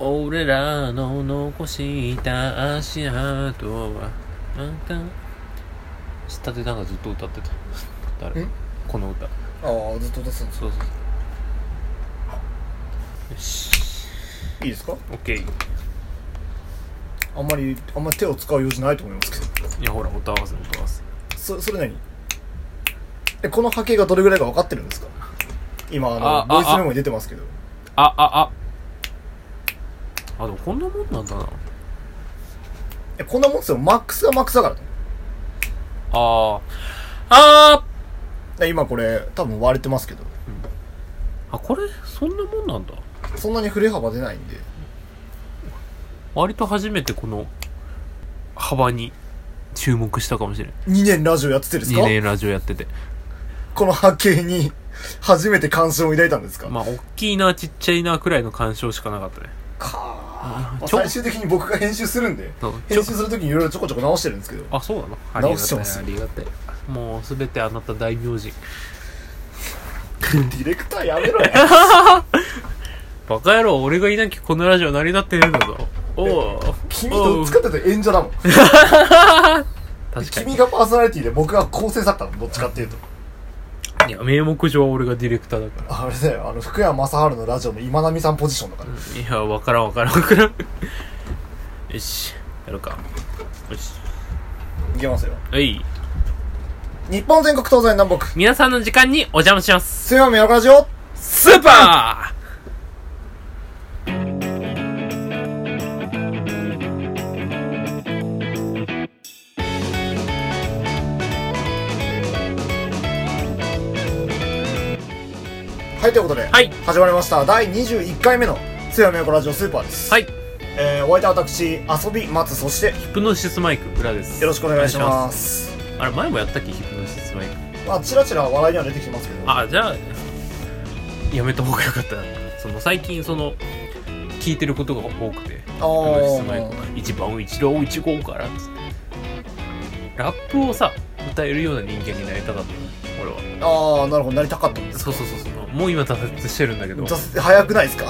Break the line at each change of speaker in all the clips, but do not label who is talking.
俺らの残した足跡はなんか下でなんかずっと歌ってた誰
え
この歌
ああずっと出すんです
そうそうそうよし
いいですか
OK
あんまりあんまり手を使う用事ないと思いますけど
いやほら音合わせ音合わせ
そそれ何えこの波形がどれぐらいか分かってるんですか今あの
あ
ボイス
あ
メモに出てますけど
ああああでもこんなもんなんだな
えこんなもんですよマックスがマックスだからね
あーあ
で今これ多分割れてますけど
ーあこれそんなもんなんだ
そんなに振れ幅出ないんで
割と初めてこの幅に注目したかもしれん
2年ラジオやっててですか
2年ラジオやってて
この波形に 初めて関心を抱いたんですか、
まあ大きいなちっちゃいなくらいの干渉しかなかったね
かー
ちょ
最終的に僕が編集するんで
そうちょ
編集するときにいろいろちょこちょこ直してるんですけど
あそうなのあり
直
が
して
たい
ます
ありがたいもうすべてあなた大名人
ディレクターやめろよ
バカ野郎俺がいなきゃこのラジオ成り立ってねえんだぞおお
君どっちかっていうと演者だもん
確かに
君がパーソナリティで僕が構成作家なのどっちかっていうと
いや名目上は俺がディレクターだから
あれだよあの福山雅治のラジオの今波さんポジションだから、
いやわからんわからんわからんよしやるかよし
いけますよ
はい
日本全国東西南北
皆さんの時間にお邪魔します
すやみやラジオ
スーパ
はいということで、
ーはい
始まりました第21回目の「すやみやラジオスーパー」です、
はい
えー、お相手は私遊び松そして
ヒプノシスマイク裏です
よろしくお願いし
お願
ま
いし
す
ますあれ前もやったっけヒプノシスマイク
まあちらちら話題には出てきますけど
あじゃあやめた方がよかったなその最近その聞いてることが多くて質
あ
問
ー
一番一郎一号からっつってラップをさ歌えるような人間になりたかったよ俺は
あーなるほどなりたかったんです
そうそうそうそうもう今挫折してるんだけど
挫折早くないです か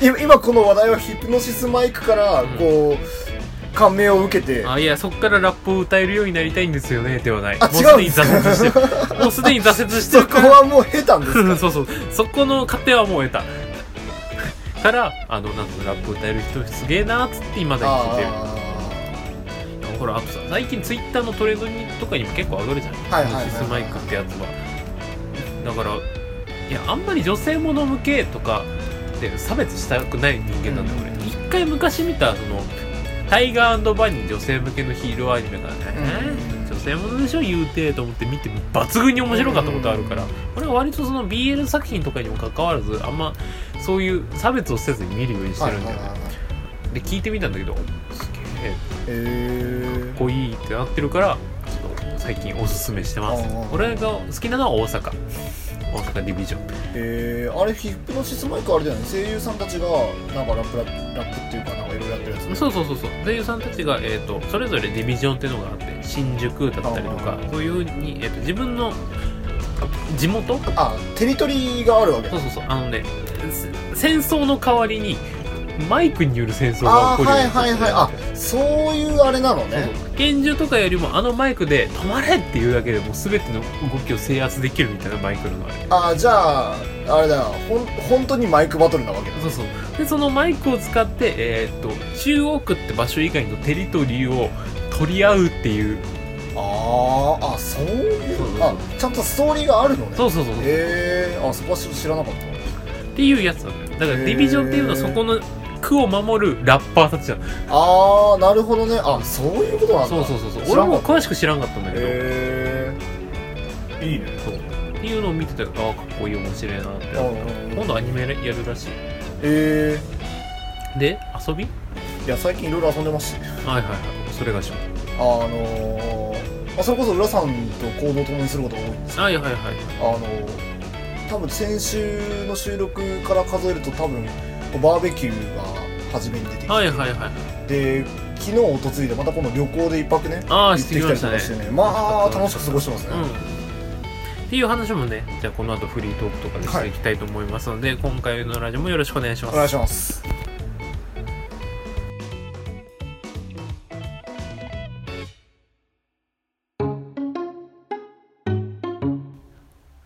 今今この話題はヒプノシスマイクから
ん
こう、感銘を受けて
あいやそっからラップを歌えるようになりたいんですよねではない
あ
もうす
違う
で
ん
に
ですか
挫折してるもうすでに挫折して
そ
る
こ
から
はもう下手んです
そうそうそこの過程はもう得たからあのなんかラップ歌える人すげえなっつって今だに聞いてる
あ
ほらあとさ最近ツイッターのトレンドにとかにも結構上がるじゃん
はいはいはいはい
シスマイクってやつはだからいやあんまり女性もの向けとかで差別したくない人間なんだよ、俺一回昔見たそのタイガーバニー女性向けのヒーローアニメがね、
うん
女性ものでしょ言うてと思って見て抜群に面白かったことあるから、俺は割とその BL 作品とかにもかかわらずあんまそういう差別をせずに見るようにして
はい
るん
はい
だ
はい
よね、
はい
で聞いてみたんだけどすげえ
へえ
かっこいいってなってるからちょっと最近おすすめしてます
あー
俺が好きなのは大阪大阪ディビジョン
えー、あれヒップノシスマイクあれだよね声優さんたちがなんかラップラップラップっていうかなんかいろいろやってるやつ
そうそうそうそう声優さんたちが、えー、とそれぞれディビジョンっていうのがあって新宿だったりとか
あー
そういう風に、えー、と自分の地元そ
あテリトリーがあるわけ
うそうそうあのねせ戦争の代わりにマイクによる戦争が
あ
起
ー
こる
は
よう
い
になっ
はいはいあそういうあれなの
そう
ね
そう拳銃とかよりもあのマイクで「止まれ!」っていうだけでもう全ての動きを制圧できるみたいなマイクのあれ
あーじゃああれだよほん本当にマイクバトルなわけだ
そうそうでそのマイクを使って、えーっと中央区って場所以外のテリトリーを取り合うっていう
あーあそういう
そうそうそう
あちゃんとストーリーがあるのね
そうそうそう、
へえー、あそこは知らなかった
っていうやつなんだよだから
へー
ディビジョンっていうのはそこの区を守るラッパーたちなの
ああなるほどねあそういうことなんだ
そうそうそうそう
知
俺
らなか
も
った
詳しく知らんかったんだけど、
へえー、いいね
そうっていうのを見てたらああかっこいい面白いなって
うんうんうん
今度アニメやるらし
えー、
いで遊び
いや最近いろいろ遊んでまして
はいはいはいそれがしま
あのー、まあそれこそ浦さんと行動を共にすることが多いんです
はいはいはい
あのー、多分先週の収録から数えると多分バーベキューが初めに出てきて、
はいはいはい
で昨日おとついでまたこの旅行で一泊ね
あ
行
あ
っ
して
て
き
きた
ま
り
し
と
た
か
ね
してねまあ楽しく過ごしてますね、
うんっていう話もねじゃあこの後フリートークとかでしていきたいと思いますので、今回のラジオもよろしくお願いしま
お
す
願いします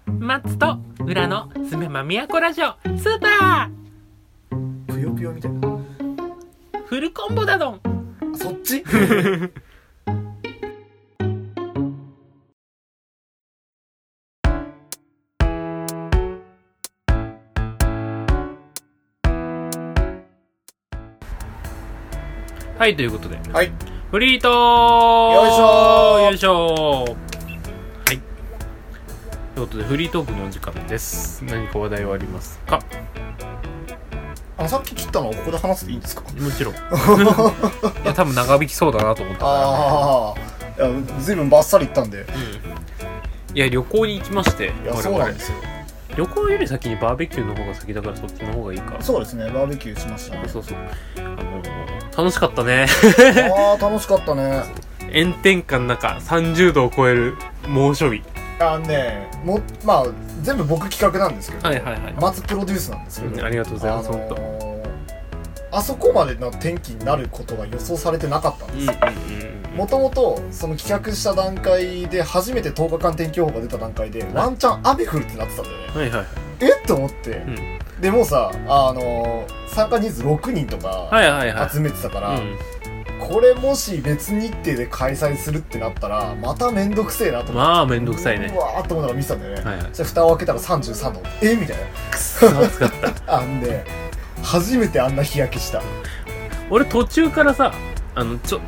松と裏のすめまみやこラジオスーパ
ぷよぷよみたいな
ーフルコンボだどん
そっち
はいということで
はい
フリートー
よいしょー
よいしょーはいということでフリートークのお時間です何か話題はありますか
あのさっき切ったのはここで話していいんですか
もちろ んいや多分長引きそうだなと思った
ああいや随分バッサリいったんで
いや旅行に行きまして
いや
我
そう
々
なんですよ
旅行より先にバーベキューの方が先だからそっちの方がいいか
そうですねバーベキューしましたね
そうそうあの楽しかったね
ああ楽しかったね
炎天下の中30度を超える猛暑日
あのねもまあ全部僕企画なんですけど、
はいはいはい、
まずプロデュースなんですけ
うん
ど
ありがとうございます、
あ
本当うん
のーあそこまでの天気になることが予想されてなかったんです
うんうんうん
もともとその企画した段階で初めて10日間天気予報が出た段階でワンチャン雨降るってなってたんだよね
はいはい
えっと思って、でもうさあのー参加人数6人と
は
か
いはいはい
集めてたから、
うん
これもし別日程で開催するってなったらまた面倒くせえなと思って
まあめんどくさいね
うわーっと思いながら見てたんだよね、
はいはい
そしたら蓋を開けたら33度えみたい
くっそ暑かった
なあんで初めてあんな日焼けした
俺途中からさあのちょい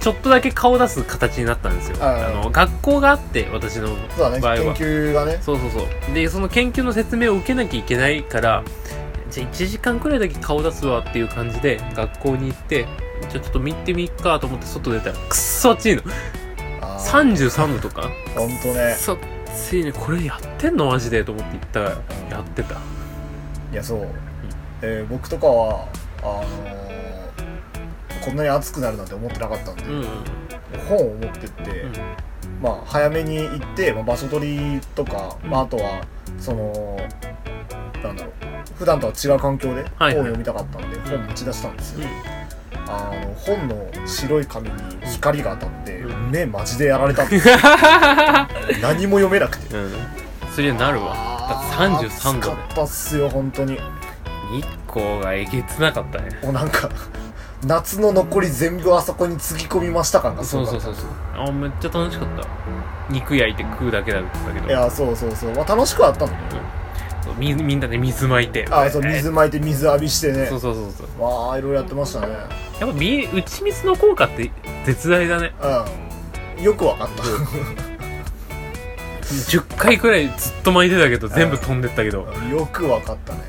ちょっとだけ顔出す形になったんですよあ
あ
の学校があって私の
そうだね
場合
研
は
究がね
そうそうそうでその研究の説明を受けなきゃいけないからじゃあ1時間くらいだけ顔出すわっていう感じで学校に行ってじゃあちょっと見てみっかと思って外出たらくっそ暑いの
あー
33度とか
ほんとね
そついにこれやってんのマジでと思って行ったらやってた
いやそう、えー僕とかはあのーこんなに暑くなるなんて思ってなかったんで、
うんうん
本を持ってって、
うん
まあ、早めに行って、まあ、場所取りとか、
うん
まあ、あとはそのなんだろう普段とは違う環境で本を
はい
読みたかったんで、本持ち出したんですよ、あの本の白い紙に光が当たって、
うん
目マジでやられた んです何も読めなくて
うんそれになるわだって33
暑
度で
かったっすよ本当に
日光がえげつなかったね
もうなんか夏の残り全部あそこにつぎ込みました感がす
そ
ご
う
かった
そうそうそうあめっちゃ楽しかった肉焼いて食うだけだったけど
いやそうそうそう、まあ、楽しくはあったのね
そうみみんなで水まいて
あそう水まいて水浴びして
え
ね
ーそうそうそうそう
わあいろいろやってましたね
やっぱみ打ち水の効果って絶大だね
うんよくわかった
10回くらいずっと巻いてたけど全部飛んでったけど
よくわかったね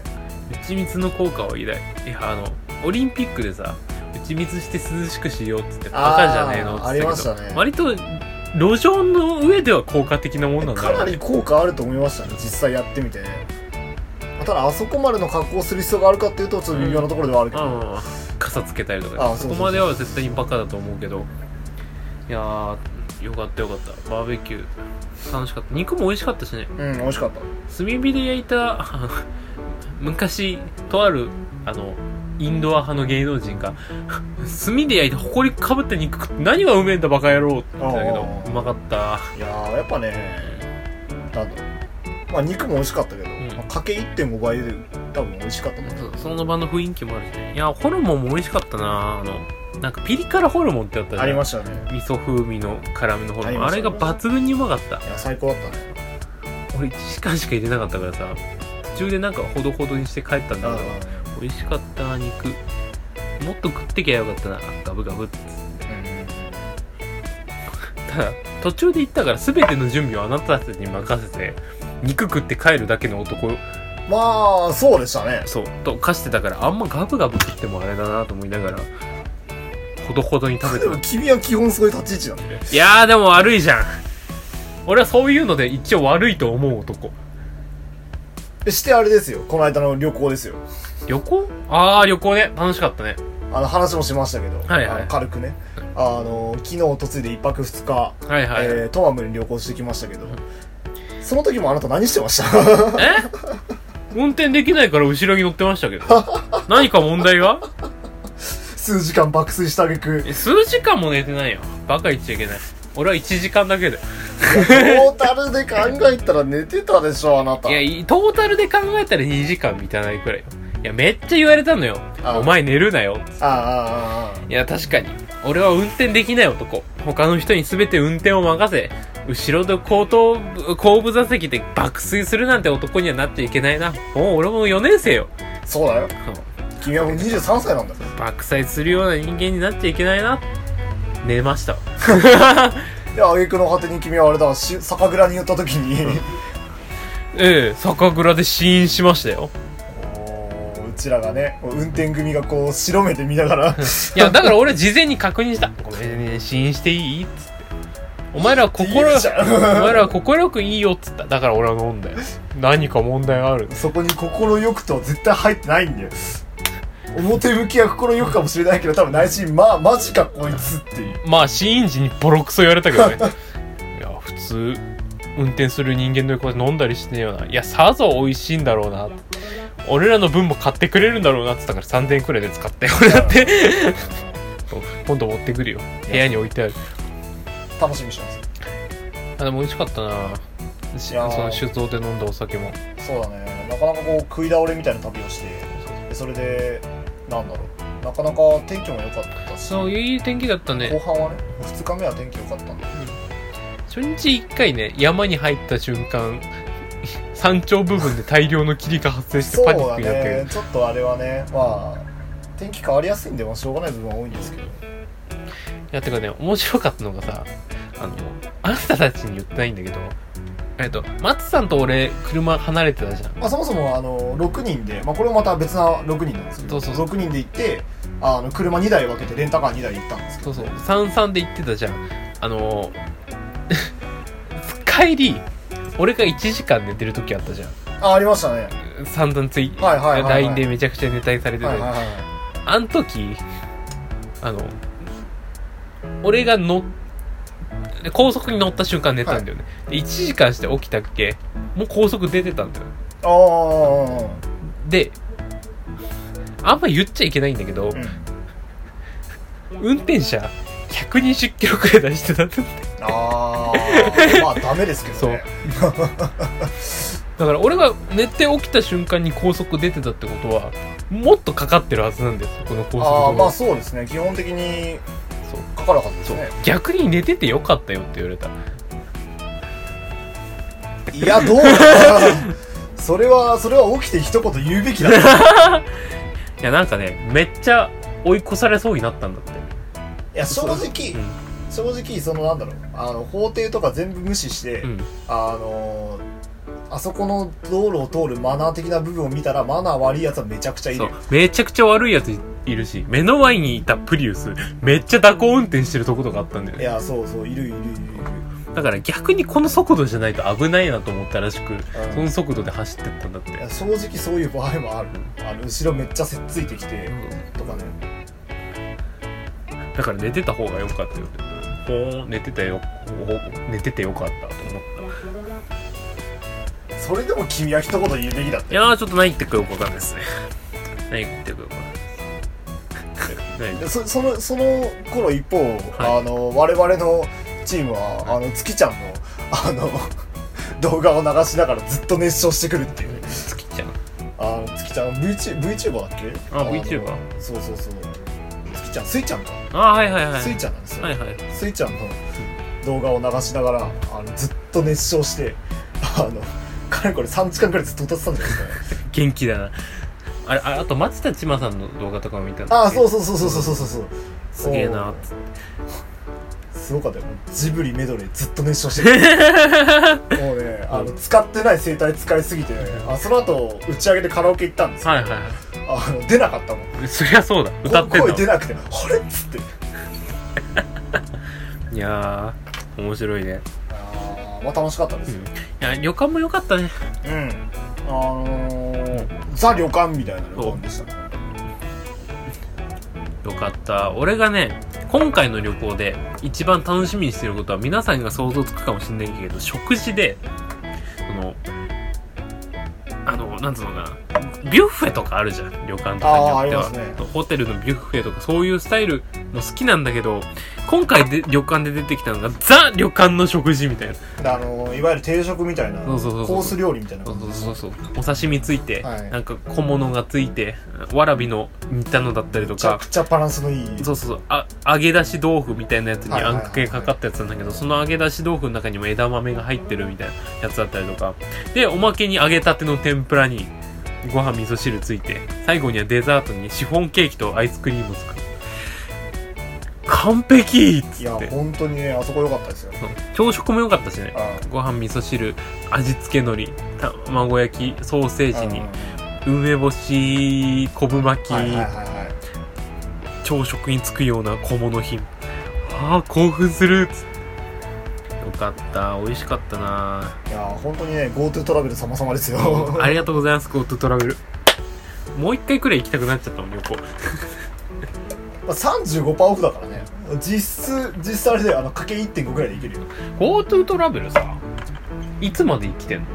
打ち水の効果を偉大いやあのオリンピックでさ打ち水して涼しくしようっつってバカじゃねえのっつって
あーありましたね
割と路上の上では効果的なもんなんだ
か
ろ
な
うね
り効果あると思いましたね実際やってみてねまあただあそこまでの格好をする必要があるかっていうとちょっと微妙なところではあるけど、
ああ傘つけたりと
あ
か
あ
そ
そうそうそう
こまでは絶対にバカだと思うけどいやーよかったよかったバーベキュー楽しかった肉も美味しかったしね
うん美味しかった
炭火で焼いたあの 昔とあるあのインドア派の芸能人が 炭で焼いて埃かぶった肉食って何がうめえんだバカ野郎って言ってたけど
あー
うまかった
いやーやっぱねなんだろうまあ肉も美味しかったけど、
ん
まあかけ1.5倍で多分美味しかったと思う
そその場の雰囲気もあるしねいやホルモンも美味しかったなあのなんかピリ辛ホルモンってあったじゃん
ありましたね
味噌風味の辛めのホルモンあ
あ
れ
りま
が
した
抜群にうまかった
いや最高だったね
俺1時間しか入れなかったからさ途中でなんかほどほどにして帰ったんだけど
う
美味しかった肉もっと食ってきゃよかったなガブガブって
ん
ただ途中で行ったから全ての準備をあなたたちに任せて肉食って帰るだけの男
まあそうでしたね
そうと化してたからあんまガブガブ食ってもあれだなと思いながらほどほどに食べ
で
て
も
まし
君は基本そういう立ち位置なんで
たいやーでも悪いじゃん俺はそういうので一応悪いと思う男
でしてあれですよこの間の旅行ですよ
旅行ああ旅行ね楽しかったね
あの話もしましたけど、
はいはい
あの軽くねあの昨日とついで1泊2日、
はいはい、
えートマムに旅行してきましたけどその時もあなた何してました
え運転できないから後ろに乗ってました けど何か問題が
数時間爆睡した挙句
え数時間も寝てないよバカ言っちゃいけない俺は1時間だけで
トータルで考えたら寝てたでしょあなた
いやいトータルで考えたら2時間満たないくらいよいやめっちゃ言われたのよ
あ
お前寝るなよ
あああああ
いや確かに俺は運転できない男他の人に全て運転を任せ後ろで後頭部後部座席で爆睡するなんて男にはなっちゃいけないなもう俺も4年生よ
あそうだよ君はもう23歳なんだ
爆睡するような人間になっちゃいけないな寝ました
いや挙句の果てに君はあれだし酒蔵に言った時に
ええ酒蔵で試飲しましたよ
おーうちらがね運転組がこう白目で見ながら
いやだから俺事前に確認した「ごめんね試飲していい?」っつって「お前らは心
いいじゃん
お前らは快くいいよ」っつっただから俺は飲んだよ何か問題がある
そこに心よくとは絶対入ってないんだよ表向きは心よくかもしれないけど多分内心まあマジかこいつっていう
まあ試飲時にボロクソ言われたけ どねいや普通運転する人間の横で飲んだりしてねえよないやさぞ美味しいんだろうな俺らの分も買ってくれるんだろうなっつったから3000円くらいで使って俺だって 今度持ってくるよ部屋に置いてある
楽しみにしてます
あでも美味しかったなし
いやー
その酒造で飲んだお酒も
そうだねなかなかこう食い倒れみたいな旅をしてそれでなんだろうなかなか天気も良かったし
そういい天気だった
後
ね
半はね2日目は天気良かったんで
初日1回ね山に入った瞬間 山頂部分で大量の霧が発生して
そう
パニッ
だ
クになったけど
ねちょっとあれはねまあ天気変わりやすいんでまあしょうがない部分は多いんですけど
いやてかね面白かったのがさあのあなたたちに言ってないんだけどえっと松さんと俺車離れてたじゃん
まあ、そもそもあの6人で、まあ、これもまた別な6人なんですけど
そうそう
6人で行ってあの車2台分けてレンタカー2台で行ったんですけ
そうそう三々で行ってたじゃんあの 帰り俺が1時間寝てる時あったじゃん
どあありましたね
散々ツイ
はいはいはいはい
LINE でめちゃくちゃネタにされてて、
はいはいは
あの時あの俺が乗っで高速に乗った瞬間寝たんだよね、で1時間して起きたっけもう高速出てたんだよ
いあ
であんま言っちゃいけないんだけど
あ、うん、
運転者120キロくらい出してたんだって
あ ーまあダメですけどね
だから俺が寝て起きた瞬間に高速出てたってことはもっとかかってるはずなんですよこの高速
あ
道
あまあ
路
そうですね基本的に
そう
かかるはずです
そう
ね
逆に寝ててよかったよって言われた
いやどう だろうそれはそれは起きて一言言うべきだったい
いやなんかねめっちゃ追い越されそうになったんだって
や正直正直そのなんだろうあの法廷とか全部無視して、
うん、うん、
あのーあそこの道路を通るマナー的な部分を見たらマナー悪いやつはめちゃくちゃい
そう
る
めちゃくちゃ悪いやついるし目の前にいたプリウスめっちゃ蛇行運転してるとことかあったんだよ
い
ね
やそうそういるいるいるいる
だから逆にこの速度じゃないと危ないなと思ったらしく
ん
その速度で走ってったんだって
いや正直そういう場合もあるあの後ろめっちゃせっついてきてとかね
だから寝てた方が良かったよほーん寝てたよほー寝ててよかったと思った
それでも君は一言言うべきだっ
い
て
やーちょっと何言ってくるか分かんないですね 何言ってくるか分かんないです
でそそのその頃一方、あの我々のチームはあの月ちゃんのあの動画を流しながらずっと熱唱してくるっていうね
好きちゃん
あの月ちゃん VTu- VTuber だっけ
あ
の
VTuber
そうそうそう月ちゃんスイちゃんか
あーはいはいはい
スイちゃんなんですよ、
はいはい
スイちゃんの動画を流しながらあのずっと熱唱してあのかれこれ3時間くらいずっと歌ってたんじゃないですかね
元気だなあれああと松田千馬さんの動画とかも見たんだ
ああ
っけ
そうそうそうそうそうそうそうそう
すげえなーっつって
すごかったよジブリメドレーずっと熱唱 してるもうねあの使ってない声帯使いすぎてあその後打ち上げでカラオケ行ったんですよ
はいはいは
あの出なかったもん
いそりゃそうだ歌ってん
声
だ
出なくてあれっつって
いやー面白いね、
あーまあ楽しかったで
うん、
す
い
よ
や旅館も良かったね
うん、あのー、ザ旅館みたいな旅館でしたね
よかった俺がね今回の旅行で一番楽しみにしてることは皆さんが想像つくかもしれないけど食事でなんつうのかなビュッフェとかあるじゃん旅館と
あー
か
あ
に
り
よ
ま
っ
す
ては
ね、
ホテルのビュッフェとかそういうスタイルも好きなんだけど今回で旅館で出てきたのがザ旅館の食事みたいな
であのいわゆる定食みたいな
そうそうそうそう
コース料理みたいな
そうそうそうそうお刺身ついて、
はい
なんか小物がついてわらびの煮たのだったりと
めちゃ
か
くちゃバランスのいい
そうそうそうあ揚げ出し豆腐みたいなやつに
はいは
あ
いは
ん
い
かけかかったやつなんだけどその揚げ出し豆腐の中にも枝豆が入ってるみたいなやつだったりとかでおまけに揚げたての天ぷらにご飯味噌汁ついて最後にはデザートにシフォンケーキとアイスクリームつく完璧っ
い
つ
や
って
本当にねあそこ良かったですよ
そう朝食も良かったしね
あ
ご飯味噌汁味付け海苔卵焼きソーセージに
うん
梅干し昆布巻き、
はいはいはいはい
朝食につくような小物品ああ興奮するよかった美味しかったない
やー本当にね GoTo トラベル様様ですよ
ありがとうございます GoTo トラベルもう一回くらい行きたくなっちゃったもん旅行
まあ35%オフだからね実質実質あれであのかけ1.5ぐらいでいけるよ
GoTo トラベルさいつまで生きてんの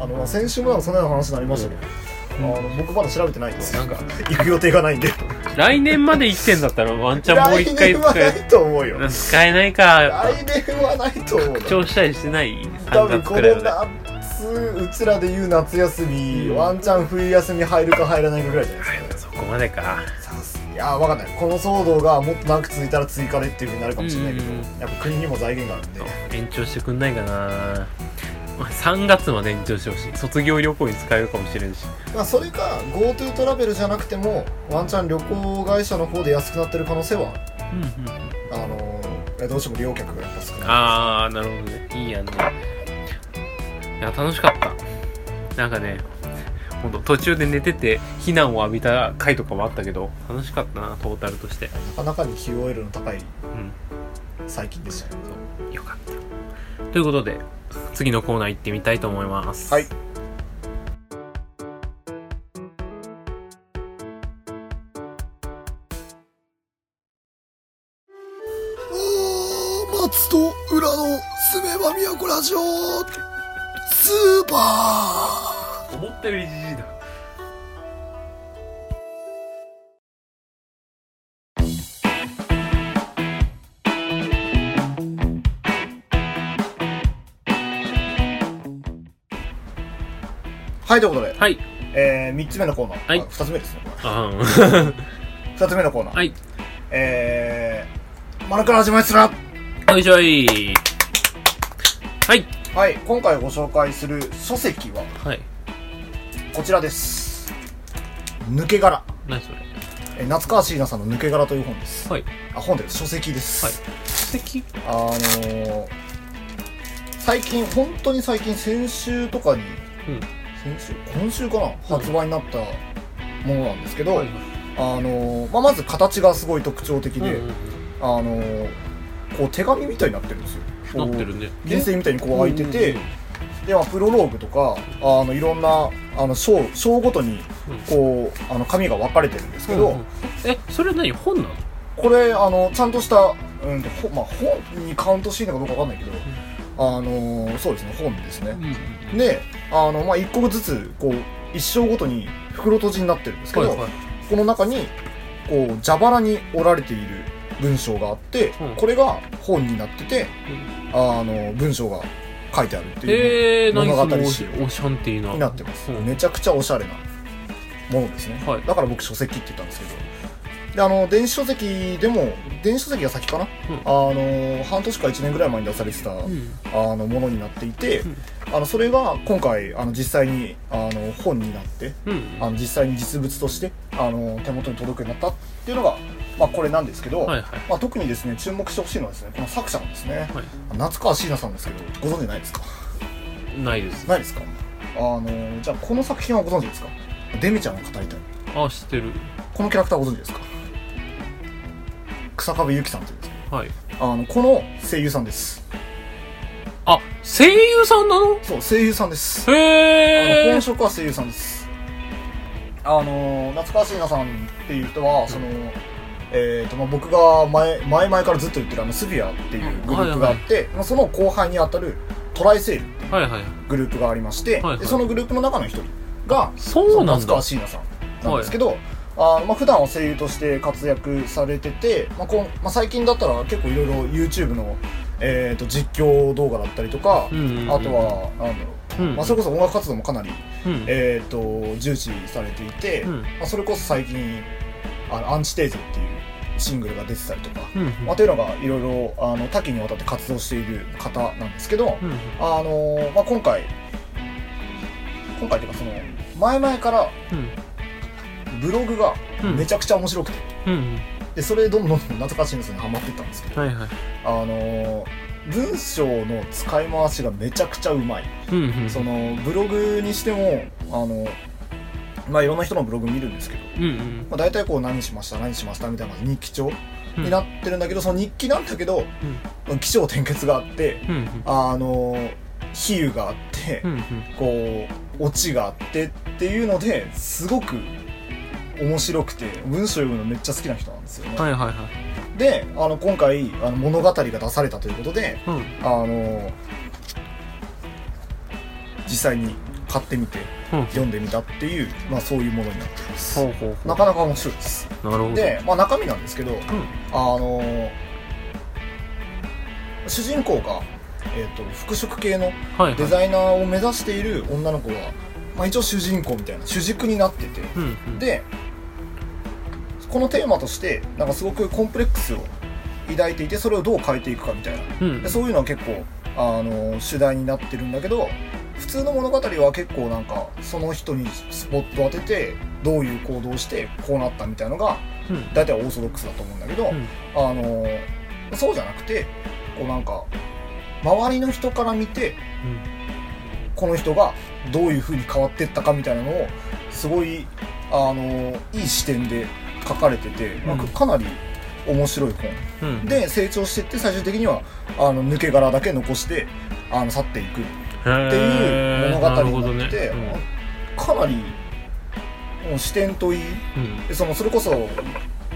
あの、まあ、先週もなんかそんなような話になりましたけど、
うん
あの僕まだ調べてないんです
な
よ
んか
行く予定がないんで
来年まで生きてんだったら ワンチャンもう一回
来年は
使
な
え
いと思うよ
使えないか
来年はないと思う
調したりしてない3
多分
月
こ
くらい
の
まで
夏うちらで言う夏休み、
うん
ワンチャン冬休み入るか入らないかぐらいじゃないです
そこまでか
か、いや分かんないこの騒動がもっと長く続いたら追加でっていうふうになるかもしれないけど、
うんうん
やっぱ国にも財源があるんで、
延長してくんないかなまあ3月まで延長してほしい卒業旅行に使えるかもしれんし
まあ、それか GoTo トラベルじゃなくてもワンチャン旅行会社の方で安くなってる可能性はある
うんうんうん
あのーどうしても利用客がやっぱ少ない
あーなるほどねいいやんねいや楽しかったなんかねほんと途中で寝てて避難を浴びた回とかもあったけど楽しかったなトータルとして
なかなかに QOL の高
う
い
ん
最近でしたね
そうよかったということで次のコーナー行ってみたいと思います
はい松と裏のすめばみやこラジオスーパ
思ったよりじじいだ
ーはいということで、
はい
えー、3つ目のコーナー、
はい
あ2つ目ですねこ
あー
れ2つ目のコーナー、
はい
えー、マルカラジマイスラ
よいしょいはい
はい今回ご紹介する書籍は
はい
こちらです抜け殻
何それ
えー夏川椎名さんの抜け殻という本です
はい
あ本で書籍です、
はい素敵
あのー、最近本当に最近先週とかに
うん
先週今週かな発売になったものなんですけど、
はい
あのーまあ、まず形がすごい特徴的
うんう
で、
ん
あのーこう手紙みたいになってるんですよ
う
こ
ん
う
なってるね
人生みたいにこう開いてて、
うんうん
でまあプロローグとかあのいろんなあの章章ごとに
うん
こうあの紙が分かれてるんですけど、
うんうんえそれ何本なの
これあのちゃんとした、うんほまあ、本にカウントしていいのかどうかわかんないけど、あのーそうですね本ですね、
ね
であの、まあ、1個ずつこう一章ごとに袋閉じになってるんですけど、この中にこう蛇腹に折られている文章があって、
うん
これが本になっててあの文章が書いてあるってい
え
う
ー、何
物
そ
語
の
集
オシャンティーな
になってます、
うん
めちゃくちゃおしゃれなものですね、
はい
だから僕書籍って言ったんですけどであの電子書籍でも電子書籍が先かな、あの半年か1年ぐらい前に出されてた、
うん
あのものになっていて、
うん
あのそれが今回あの実際にあの本になって
うん
あの実際に実物としてあの手元に届くようになったっていうのが、まあ、これなんですけど、
はいはい
まあ、特にですね注目してほしいのはですねこの作者なんですね
は
夏川椎名さんですけどご存知ないですか
いないです
ないですかあのじゃあこの作品はご存知ですかデミちゃんを語りたい
あ知ってる
このキャラクターご存知ですか草壁由紀さんっていうんですけ
はい
どあのこの声優さんです
あ声優さんなの
そう声優さんですあの
へ
本
ー
職は声優さんですあの夏川椎名さんっていう人はその、えーとまあ、僕が前前々からずっと言ってるあのスビアっていうグループがあって、まあ、その後輩にあたるトライセール
はいはい
グループがありまして、
はいはい
でそのグループの中の一人が
そうなん
夏川
だ
椎名さんなんですけど、あーまあ普段は声優として活躍されてて、まあこんまあ、最近だったら結構いろいろ YouTube の、えー、と実況動画だったりとか、
うんうんうん
あとはなんだろう、
うん
まあ、それこそ音楽活動もかなり、
うん
えー、と重視されていて、
うん
まあ、それこそ最近あの「アンチテーゼ」っていうシングルが出てたりとか、
うん
まあ、というのがいろいろあの多岐にわたって活動している方なんですけど、
うん
あのーまあ、今回今回っていうかその前々から
うん
ブログが
うん
めちゃくちゃ面白くて、
うん
でそれでどんどんどんどん懐かしいんですにハマっていったんですけど、
はいはい
あのー文章の使い回しがめちゃくちゃうまい、
うんうん
そのブログにしてもあのまあいろんな人のブログ見るんですけど、
うんうん
まあ、大体こう何しました何しましたみたいな感じで日記帳
うん
になってるんだけど、その日記なんだけど起承転結があって
うんうん
あのー比喩があって、
うん
こうオチがあってっていうのですごく面白くて文章読むのめっちゃ好きな人なんですよ
う
ね、
んはいはいはい
であの今回あの物語が出されたということで
うん
あの実際に買ってみて
うん
読んでみたっていう、まあ、そういうものになっています
ほうほうほ
なかなか面白いです
うなるほど
で、まあ、中身なんですけど、あの主人公が、えー、と服飾系の
はいはい
デザイナーを目指している女の子が、まあ、一応主人公みたいな主軸になってて
うんうん
でこのテーマとしてなんかすごくコンプレックスを抱いていてそれをどう変えていくかみたいな
うん
でそういうのは結構あの主題になってるんだけど普通の物語は結構なんかその人にスポットを当ててどういう行動をしてこうなったみたいのが
うん
大体オーソドックスだと思うんだけど、
うん
あのそうじゃなくてこうなんか周りの人から見てこの人がどういう風に変わってったかみたいなのをすごいあのいい視点で書かれてて、まあ
うん
かなり面白い本
うんうん
で成長してって最終的にはあの抜け殻だけ残してあの去っていく
へ
っ
ー
ていう物
なるほ
語
ど
にな
ね
ってて、
うん
かなりもう視点といい
うん
でそのそれこそ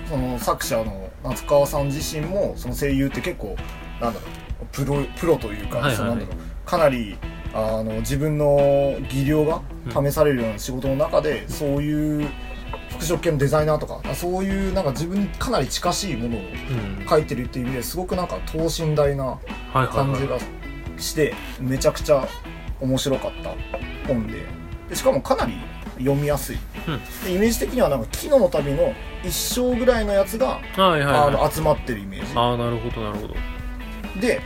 その作者の夏川さん自身もその声優って結構なんだろうプロプロというか、
はいはいはい
そのなんだろうかなりあの自分の技量が試されるような仕事の中で、そういう服飾系のデザイナーとかそういうなんか自分にかなり近しいものを
うん
書いてるっていう意味ですごくなんか等身大な
はいはい
感
はい
じがしてめちゃくちゃ面白かった本ででしかもかなり読みやすい、
うん
でイメージ的にはなんか昨日の旅の一章ぐらいのやつが、
はいはいはい
あの集まってるイメー
ああなるほどなるほど
ジで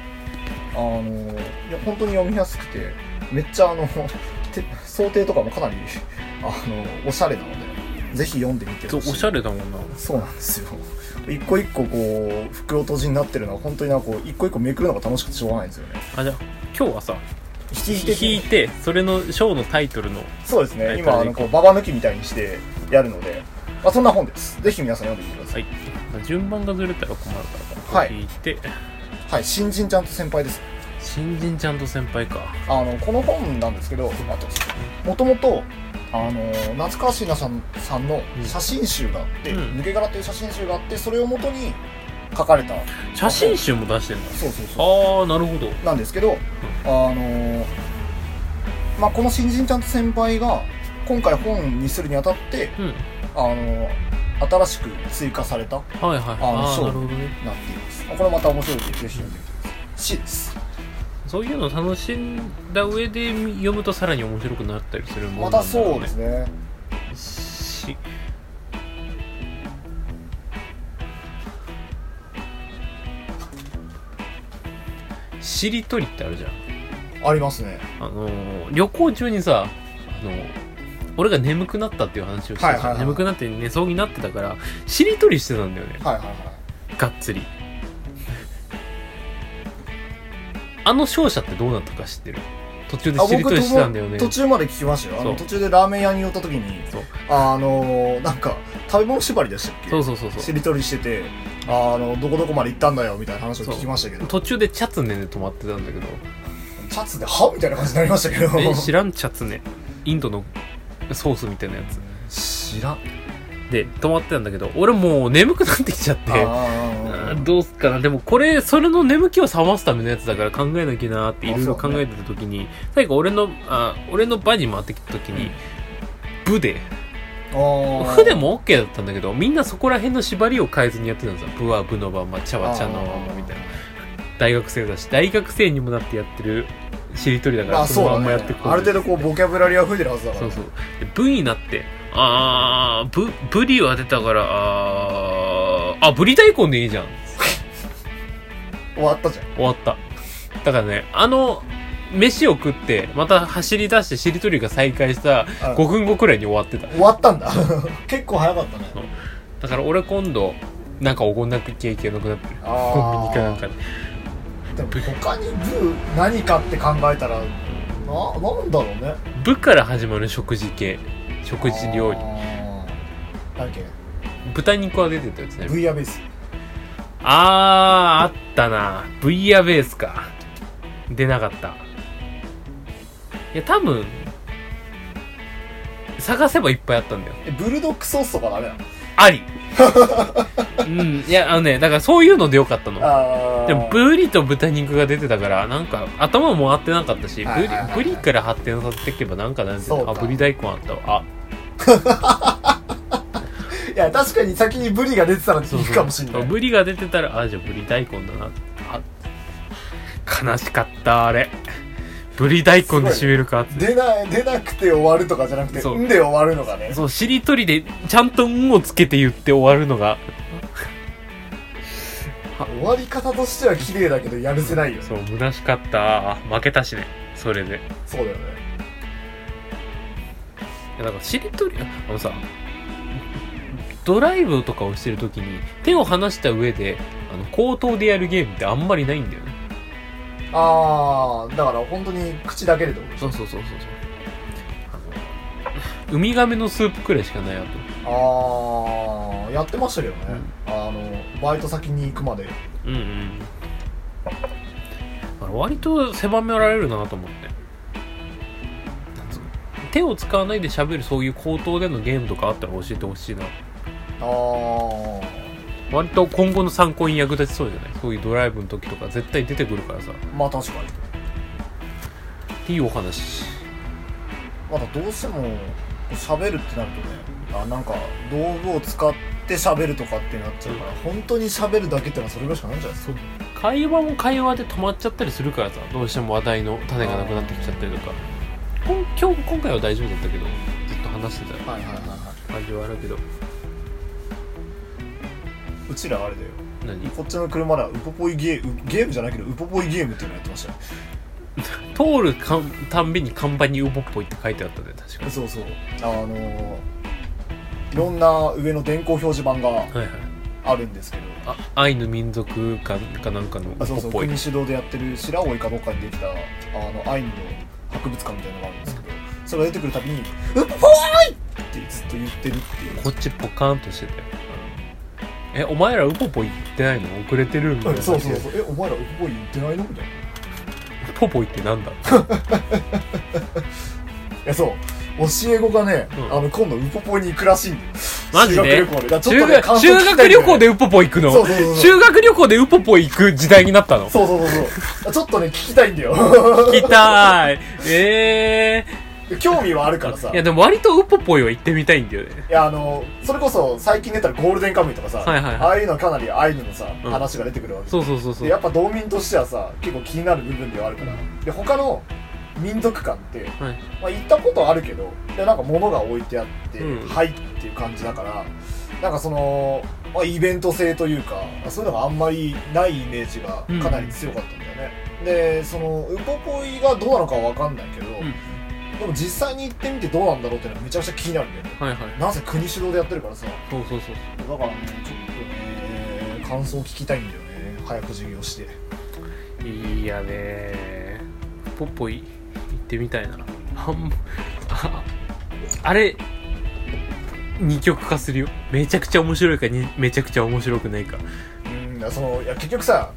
あのいや本当に読みやすくてめっちゃあの て想定とかもかなりあのおしゃれなのでぜひ読んでみて
そう
ほ
お
しい
しゃれだもんな
そうなんですよ一個一個こう袋閉じになってるのは本当になんかこう一個一個めくるのが楽しくてしょうがないんですよね
あじゃあ今日はさ
引き的
引い
に
てそれのショーのタイトルの
そうです
は
ね
い
今あのこうババ抜きみたいにしてやるので、まあ、そんな本ですぜひ皆さん読んでみてくださ
はいい順番がずれたら困るから
はい
引いて
はい、新人ちゃんと先輩です
新人ちゃんと先輩か
あのこの本なんですけどあともともとあの夏川椎名さんさんの写真集があって、
うん
抜け殻という写真集があってそれを元に書かれた
写真集も出してんだ
そうそうそう
ああなるほど
なんですけど、あのーまあ、この新人ちゃんと先輩が今回本にするにあたって、
うん
あのー新しく追加された
はいはいああ
そう
なるほどね
なっていますこれまた面白いのでぜひ読んでみてください C です
そういうの楽しんだ上で読むとさらに面白くなったりするも
ま
んな
た
んだろ
そうですね
ししりとりってあるじゃん
ありますね
あのー旅行中にさ、あのー俺が眠くなったっていう話をしてた、
はいはいはい
眠くなって寝そうになってたからしりとりしてたんだよね
はいはいはい
がっつりあの勝者ってどうなったか知ってる途中で
あ
しりとりしてたんだよ
僕
ね
途中まで聞きましたよあの
そ
途中でラーメン屋に寄った時に
そう
あのーなんか食べ物縛りでしたっけ
そうそうそうそう
しりとりしててあのどこどこまで行ったんだよみたいな話を聞きましたけど
途中でチャツネで止まってたんだけど
チャツで「は?」みたいな感じになりましたけど
え知らんチャツネインドのソースみたいなやつ
知らん
で止まってたんだけど俺もう眠くなってきちゃって
あ
う
ー
やーどうすっかなでもこれそれの眠気を覚ますためのやつだから考えなきゃなーっていろいろ考えてた時に最後俺のあ俺の場に回ってきた時に「部」で「
あ
部」でも OK だったんだけどみんなそこら辺の縛りを変えずにやってたんですよ「部」は「部」のまんま「茶は茶のまんま」みたいな大学生だし大学生にもなってやってるしりとりだから
まあそう
のま
だ
ん
ね
まやってく
ある程度こうボキャブラリーは増えてるはずだか
そ
ら
うそうで「部」になって「あーぶブリは出たからあーあブリ大根でいいじゃん」
終わったじゃん
終わっただからねあの飯を食ってまた走り出してしりとりが再開した
あ
5分後くらいに終わってた
終わったんだ 結構早かったね
だから俺今度なんかおごんなきゃいけなくなってる
あー
コンビニかなんかで
でも他にブー何かって考えたらななんだろうね
「部」から始まる食事系食事料理
あーだっけ
豚肉は出てたやつね
ブイヤベース
あーあったなブイヤベースか出なかったいや多分探せばいっぱいあったんだよ
えブルドックソースとかダメなの
あ りうんいやあのねだからそういうのでよかったの
あー
でもブリと豚肉が出てたからなんか頭も回ってなかったしブ
はい
リ
はいはいはい
ブリから発展させていけばなんかなんて
そうか
あブリ大根あったわあ
いや確かに先にブリが出てたらい
そうそう
くかもしんない
ブリが出てたらあじゃあブリ大根だなあ悲しかったあれブリ大根で締めるかって
出ない出なくて終わるとかじゃなくて「」
そうん
で終わるのがね
そうしりとりでちゃんと「ん」をつけて言って終わるのが
終わり方としては綺麗だけどやるせないよ
そう虚しかった負けたしねそれで
そうだよね
いやだからしりとりあのさドライブとかをしてるときに手を離した上であの口頭でやるゲームってあんまりないんだよね
ああだから本当に口だけでどう
そうそうそうそうそうウミガメのスープくらいしかないあと
ああやってましたけどね、あのバイト先に行くまで
うんうんだから割と狭められるなと思ってなんつうの手を使わないで喋るそういう口頭でのゲームとかあったら教えてほしいな
ああ
割と今後の参考に役立ちそうじゃないそういうドライブの時とか絶対出てくるからさ
まあ確かに
いいお話
まだどうしても喋るってなるとねあなんか道具を使って喋るとかってなっちゃうから、本当に喋るだけってのはそれぐらいしかないんじゃないですか
会話も会話で止まっちゃったりするからさどうしても話題の種がなくなってきちゃったりとかこん今日今回は大丈夫だったけどずっと話してた
はいはいはいは
感じはあるけど
いうちらあれだよ
何
こっちの車ではウポポイゲームゲームじゃないけどウポポイゲームっていうのやってましたよ
通るかんたんびに看板にウボっぽいって書いてあったね確かに
そうそうあのーいろんな上の電光表示板が
はいはい
あるんですけど
あ愛の民族かかなんかのウ
あそうそ
ボっぽ
う
い
国主導でやってる白老かどっかにできたあのアイヌの博物館みたいなのがあるんですけどそれが出てくるたびに「ウポポイ!」ってずっと言ってるっていう
こっちポカーンとしてたよえお前らウボっぽい言ってないの遅れてるみたいな
そうそうそう「えお前らウポポイ言ってないの?」みたいな
ウポポイってなんだ
いやそう教え子がね、
うん
あの今度ウポポイに行くらしいんだよ
マジで
修学旅行でだからちょ
修
っとね
学
感想
修学
聞きたいんだよ
旅
ね
行でウポポイ行く
そ
の
うそうそうそう
修学旅行でウポポイ行く時代になったの
そうそうそうそうちょっとね聞きたいんだよ
聞きたい。ええ
興味はあるからさ
いや、でも割とウポポイは行ってみたいんだよね。
いやあのそれこそ最近出たらゴールデンカムイとかさ、
はいはいはい
ああいうのはかなりアイヌのさ、
うん
話が出てくるわけ
そうそうそうそ
でや
う。
っぱ道民としてはさ結構気になる部分ではあるからで他の民族館って、
はい
まあ、行ったことあるけどでなんか物が置いてあって、
うん
はいっていう感じだからなんかその、まあ、イベント性というかそういうのがあんまりないイメージがかなり強かったんだよね、でそのウポポイがどうなのかは分かんないけど、
ん
でも実際に行ってみてどうなんだろうっていうのはめちゃくちゃ気になるんだよね
はいはい。
なんせ国主導でやってるからさ
そうそうそう。
だからねちょっとね感想を聞きたいんだよね早く授業して
いやねーポッポイ行ってみたいなあんああれ二極化するよめちゃくちゃ面白いかにめちゃくちゃ面白くないか
うんだからそのいや結局さ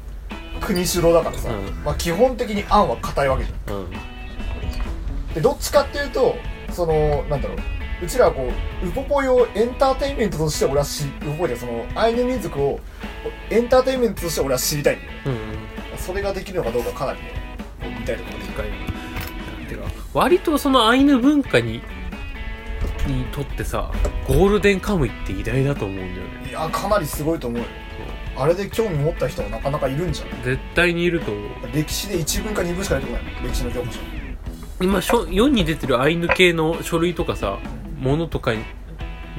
国主導だからさ、
うん
まあ、基本的に案は固いわけじゃ
うん
んでどっちかっていうとそのなんだろううちらはこうウポポイをエンターテインメントとして俺は知ウポポイでそのアイヌ民族をエンターテインメントとして俺は知りたいんだよね
うんうん
それができるのかどうかかなりねこう見たいところで
理解てか割とそのアイヌ文化ににとってさゴールデンカムイって偉大だと思うんだよね
いやかなりすごいと思うよあれで興味持った人はなかなかいるんじゃない
絶対にいると思う
歴史で1文か2文しか出てこない歴史の教科書
今書世に出てるアイヌ系の書類とかさものとか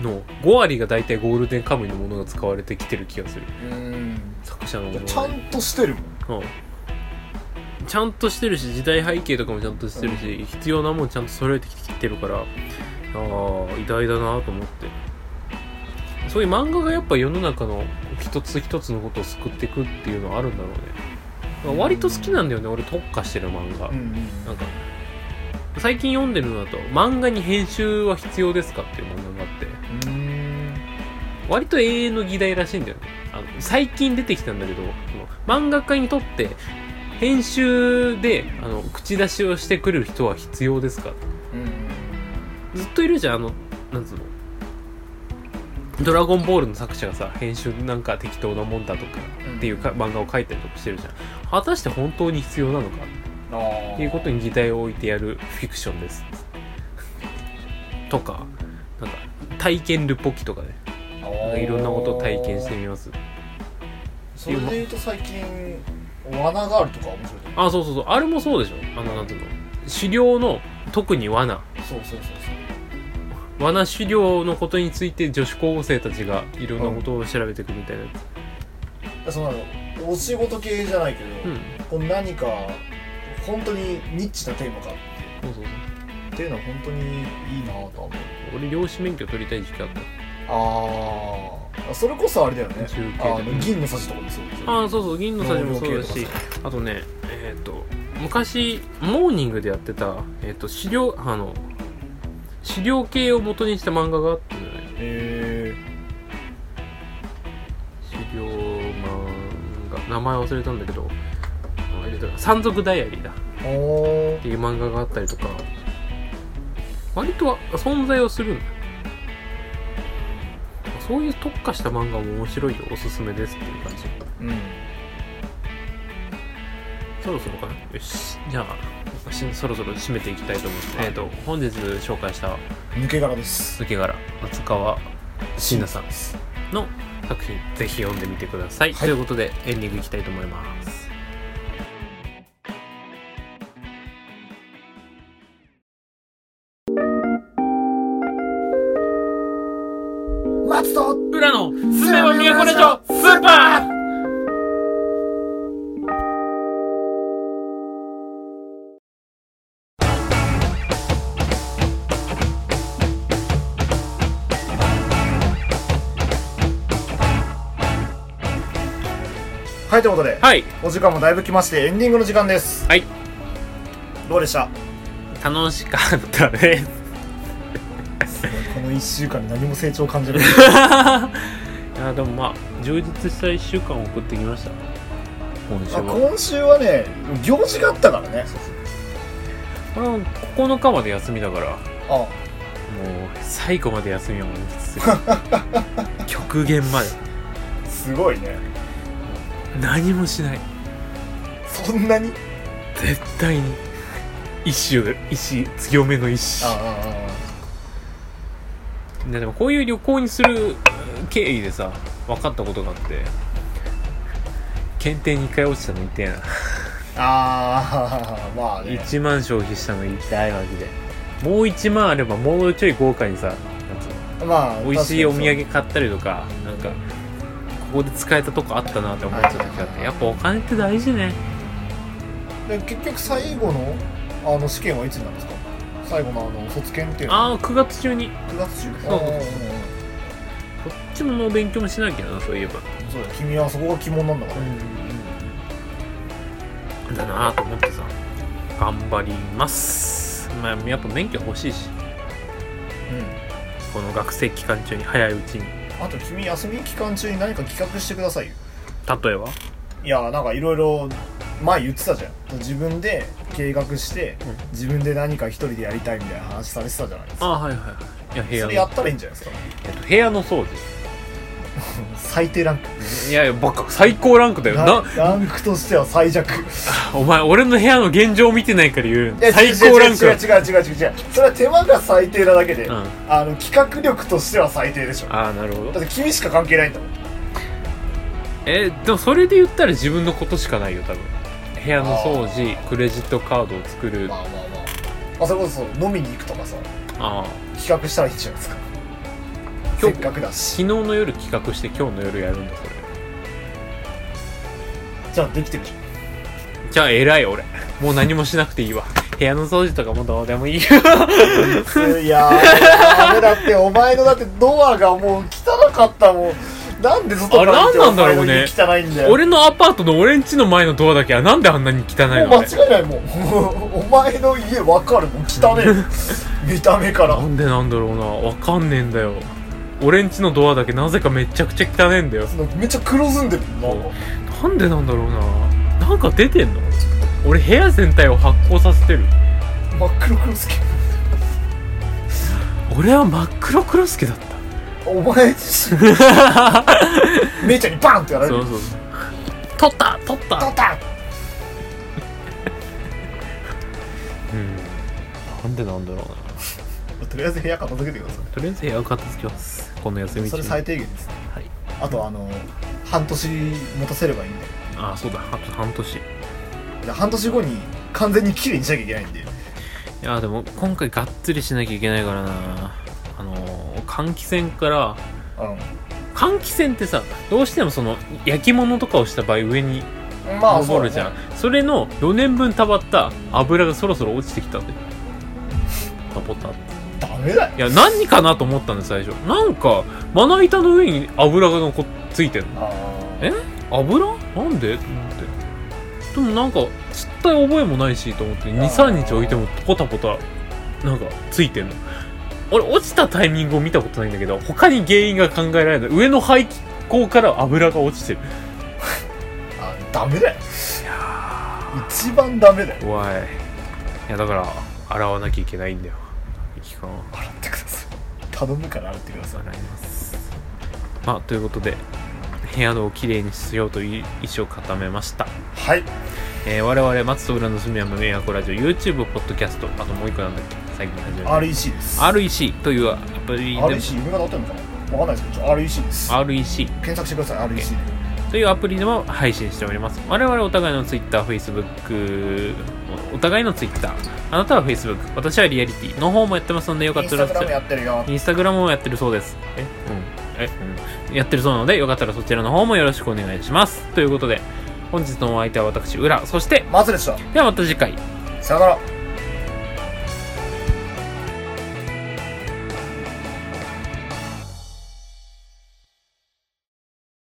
の5割が大体ゴールデンカムイのものが使われてきてる気がする
うん
作者のものがね
ちゃんとしてるもん
うんちゃんとしてるし時代背景とかもちゃんとしてるし、必要なもんちゃんと揃えてきてるからああ偉大だなと思ってそういう漫画がやっぱ世の中の一つ一つのことを救っていくっていうのはあるんだろうねだから割と好きなんだよね俺特化してる漫画、
うんうん
なんか最近読んでるのだと「漫画に編集は必要ですか?」っていう漫画があって
うん
割と永遠の議題らしいんだよねあの最近出てきたんだけどその漫画家にとって編集であの口出しをしてくる人は必要ですかずっといるじゃんあのなんつうの「ドラゴンボール」の作者がさ編集なんか適当なもんだとか
っ
っていうか漫画を描いたりとかしてるじゃん果たして本当に必要なのか
ああ
っていうことに議題を置いてやるフィクションですとかなんか体験ルポキとかねなんかいろんなことを体験してみます
それで言うと最近罠ガールとか面白いと思
あそうそうそうあれもそうでしょあのなんていうの狩猟の特に罠
うそうそうそうそ
罠狩猟のことについて女子高校生たちがいろんなことを調べていくみたいなやつ
うそのお仕事系じゃないけ
うん
ど、こう何か本当にニッチなテーマがあっ
そうそうそう
てっていうのは本当にいいなとは思う
俺漁師免許取りたい時期あった
ああそれこそあれだよね
中継
あの銀のさじとかもそうですよ
ああそうそう銀のさじもそうだ
農業系
し
と
あとねえっ、と昔モーニングでやってた、えー、と資料あの資料系を元にした漫画があったんだよね
え
資料漫画名前忘れたんだけどあえーと山賊ダイアリーだ
えー、お
っ
ー
ていう漫画があったりとか割とは存在をするんだそういう特化した漫画も面白いよおすすめですっていう感じ
うん
そろそろかなよしじゃあしそろそろ締めていきたいと思います、
はい
えっ、と本日紹介した
抜け殻で
「
す
抜け殻松川椎名さん
です」
の作品ぜひ読んでみてください、
はい
ということでエンディングいきたいと思います
松戸
裏の「す
す
め
め
ば都
ば
城
都城
スーパー」
はいということで
はい
お時間もだいぶ来ましてエンディングの時間です
はい
どうでした
楽しかったです
この1週間に何も成長を感じる
いやでもまあ充実した1週間を送ってきました今週
あ
は
今週はね行事があったからね
これは9日まで休みだからも
あ
う最後まで休みを満喫する 極限まです
ごいね
何もしない
そんなに
絶対に意志を意志強めの意志
ああ
いやでもこういう旅行にする経緯でさ分かったことがあって検定2回落ちたの痛えな
ああああまあね
1万消費したの痛いマジでもう1万あればもうちょい豪華にさなんつうの
まあ
美味しいお
確
土
かに
産買ったりとかなんかここで使えたとこあったなって思っちゃった時あってやっぱお金って大事ね
そうで結局最後のあの試験はいつになるんですか最後のあの卒検っていうのは
ああ9月中にこ
9月
そうそ
中
うそうっ
ああ
ちの勉強もしなきゃなそういえば
あそうだよ君はそこが鬼門なんだから、
だなと思ってさ頑張りますまあやっぱ免許欲しいし
う
この学生期間中に早いうちに
ん、あと君休み期間中に何か企画してくださいよ
例えば
いやなんかいろいろ前言ってたじゃん自分で計画して、
うん
自分で何か一人でやりたいみたいな話されてたじゃないですか
あはいはいはいいや部
そ
屋
れ
の
やったらいいんじゃないですか
えっと部屋の掃除
最低ランク
いやいやバカ最高ランクだよな
ラランクとしては最弱
お前俺の部屋の現状を見てないから言う
いや
最高ランク
違う違う違う違う違う違うそれは手間が最低なだけで、
うんあ
あの企画力としては最低でしょだ
あなるほど
って君しか関係ないんだもん
えでもそれで言ったら自分のことしかないよ多分部屋の掃除クレジットカードを作る
ま
あ
あまあまあ、まあ、それこそ飲みに行くとかさ
あ
企画したらいいじゃないですか
今
せ
日
っかくだし
昨日の夜企画して今日の夜やるんだそれ
じゃあできてるじ
じゃあ偉い俺もう何もしなくていいわ部屋の掃除とかもどうでもいいよ
ゃんいやーダメだってお前のだってドアがもう汚かったもんなんで外から見て
あなんなんだろうね
お前の家汚いんだよ
俺のアパートの俺んちの前のドアだけはなんであんなに汚いの
もう
あれ
間違いないもんお前の家わかるもん汚ね え見た目から
なんでなんだろうなわかんねえんだよ俺んちのドアだけなぜかめちゃくちゃ汚ねえんだよ
めっちゃ黒ずんでるもんなんか
なんでなんだろうななんか出てんの俺部屋全体を発光させてる
真っ黒黒すけ
俺は真っ黒クロスケだった
お前自身 姉ちゃんにバンってやられ
そ
る
うそう取った取った
ドタン
うんなんでなんだろうな
とりあえず部屋片付けてくださ
とりあえず部屋を片付けますこの休み
い
中
それ最低限ですね
はい
あとあの半年持たせればいいんで
あそうだあと半年い
で半年後に完全に綺麗にしなきゃいけないんで
やでも今回がっつりしなきゃいけないからなあのー換気扇から
う
換気扇ってさどうしてもその焼き物とかをした場合上に
んまあそ
登
う
るじゃ
だ
ん
ね
そ,、れの4年分たまった油がそろそろ落ちてきたんでタポタって
ダメだよ
いや何かなと思ったんです最初なんかまな板の上に油が残っついてるの
あ
え
ー
油なんでと思ってでもなんかつった覚えもないしと思って23日置いてもポタポタなんかついてんの俺落ちたタイミングを見たことないんだけど他に原因が考えられない上の排気口から油が落ちてる
あダメだよ一番ダメだよ
怖いいやだから洗わなきゃいけないんだよ期間は
洗ってください頼むから洗ってください
洗いますまあということで部屋をきれいにしようという意思を固めました
はい
えー我々松戸浦の住山迷惑ラジオ YouTube ポッドキャストあともう一個なんだっけ最近始めた
REC です
REC というアプリでも
REC 夢が載ってるのかなわかんないですけど REC です
REC
検索してください REC
というアプリでも配信しております我々お互いの TwitterFacebook お互いの Twitter あなたは Facebook 私はリアリティの方もやってますのでよか
で
っ
イン
たら
スタグラムやってるよ
インスタグラムもやってるそうですえうんえうんやってるそうなのでよかったらそちらの方もよろしくお願いしますということで本日のお相手は私浦そして
まずでした
ではまた次回
さよなら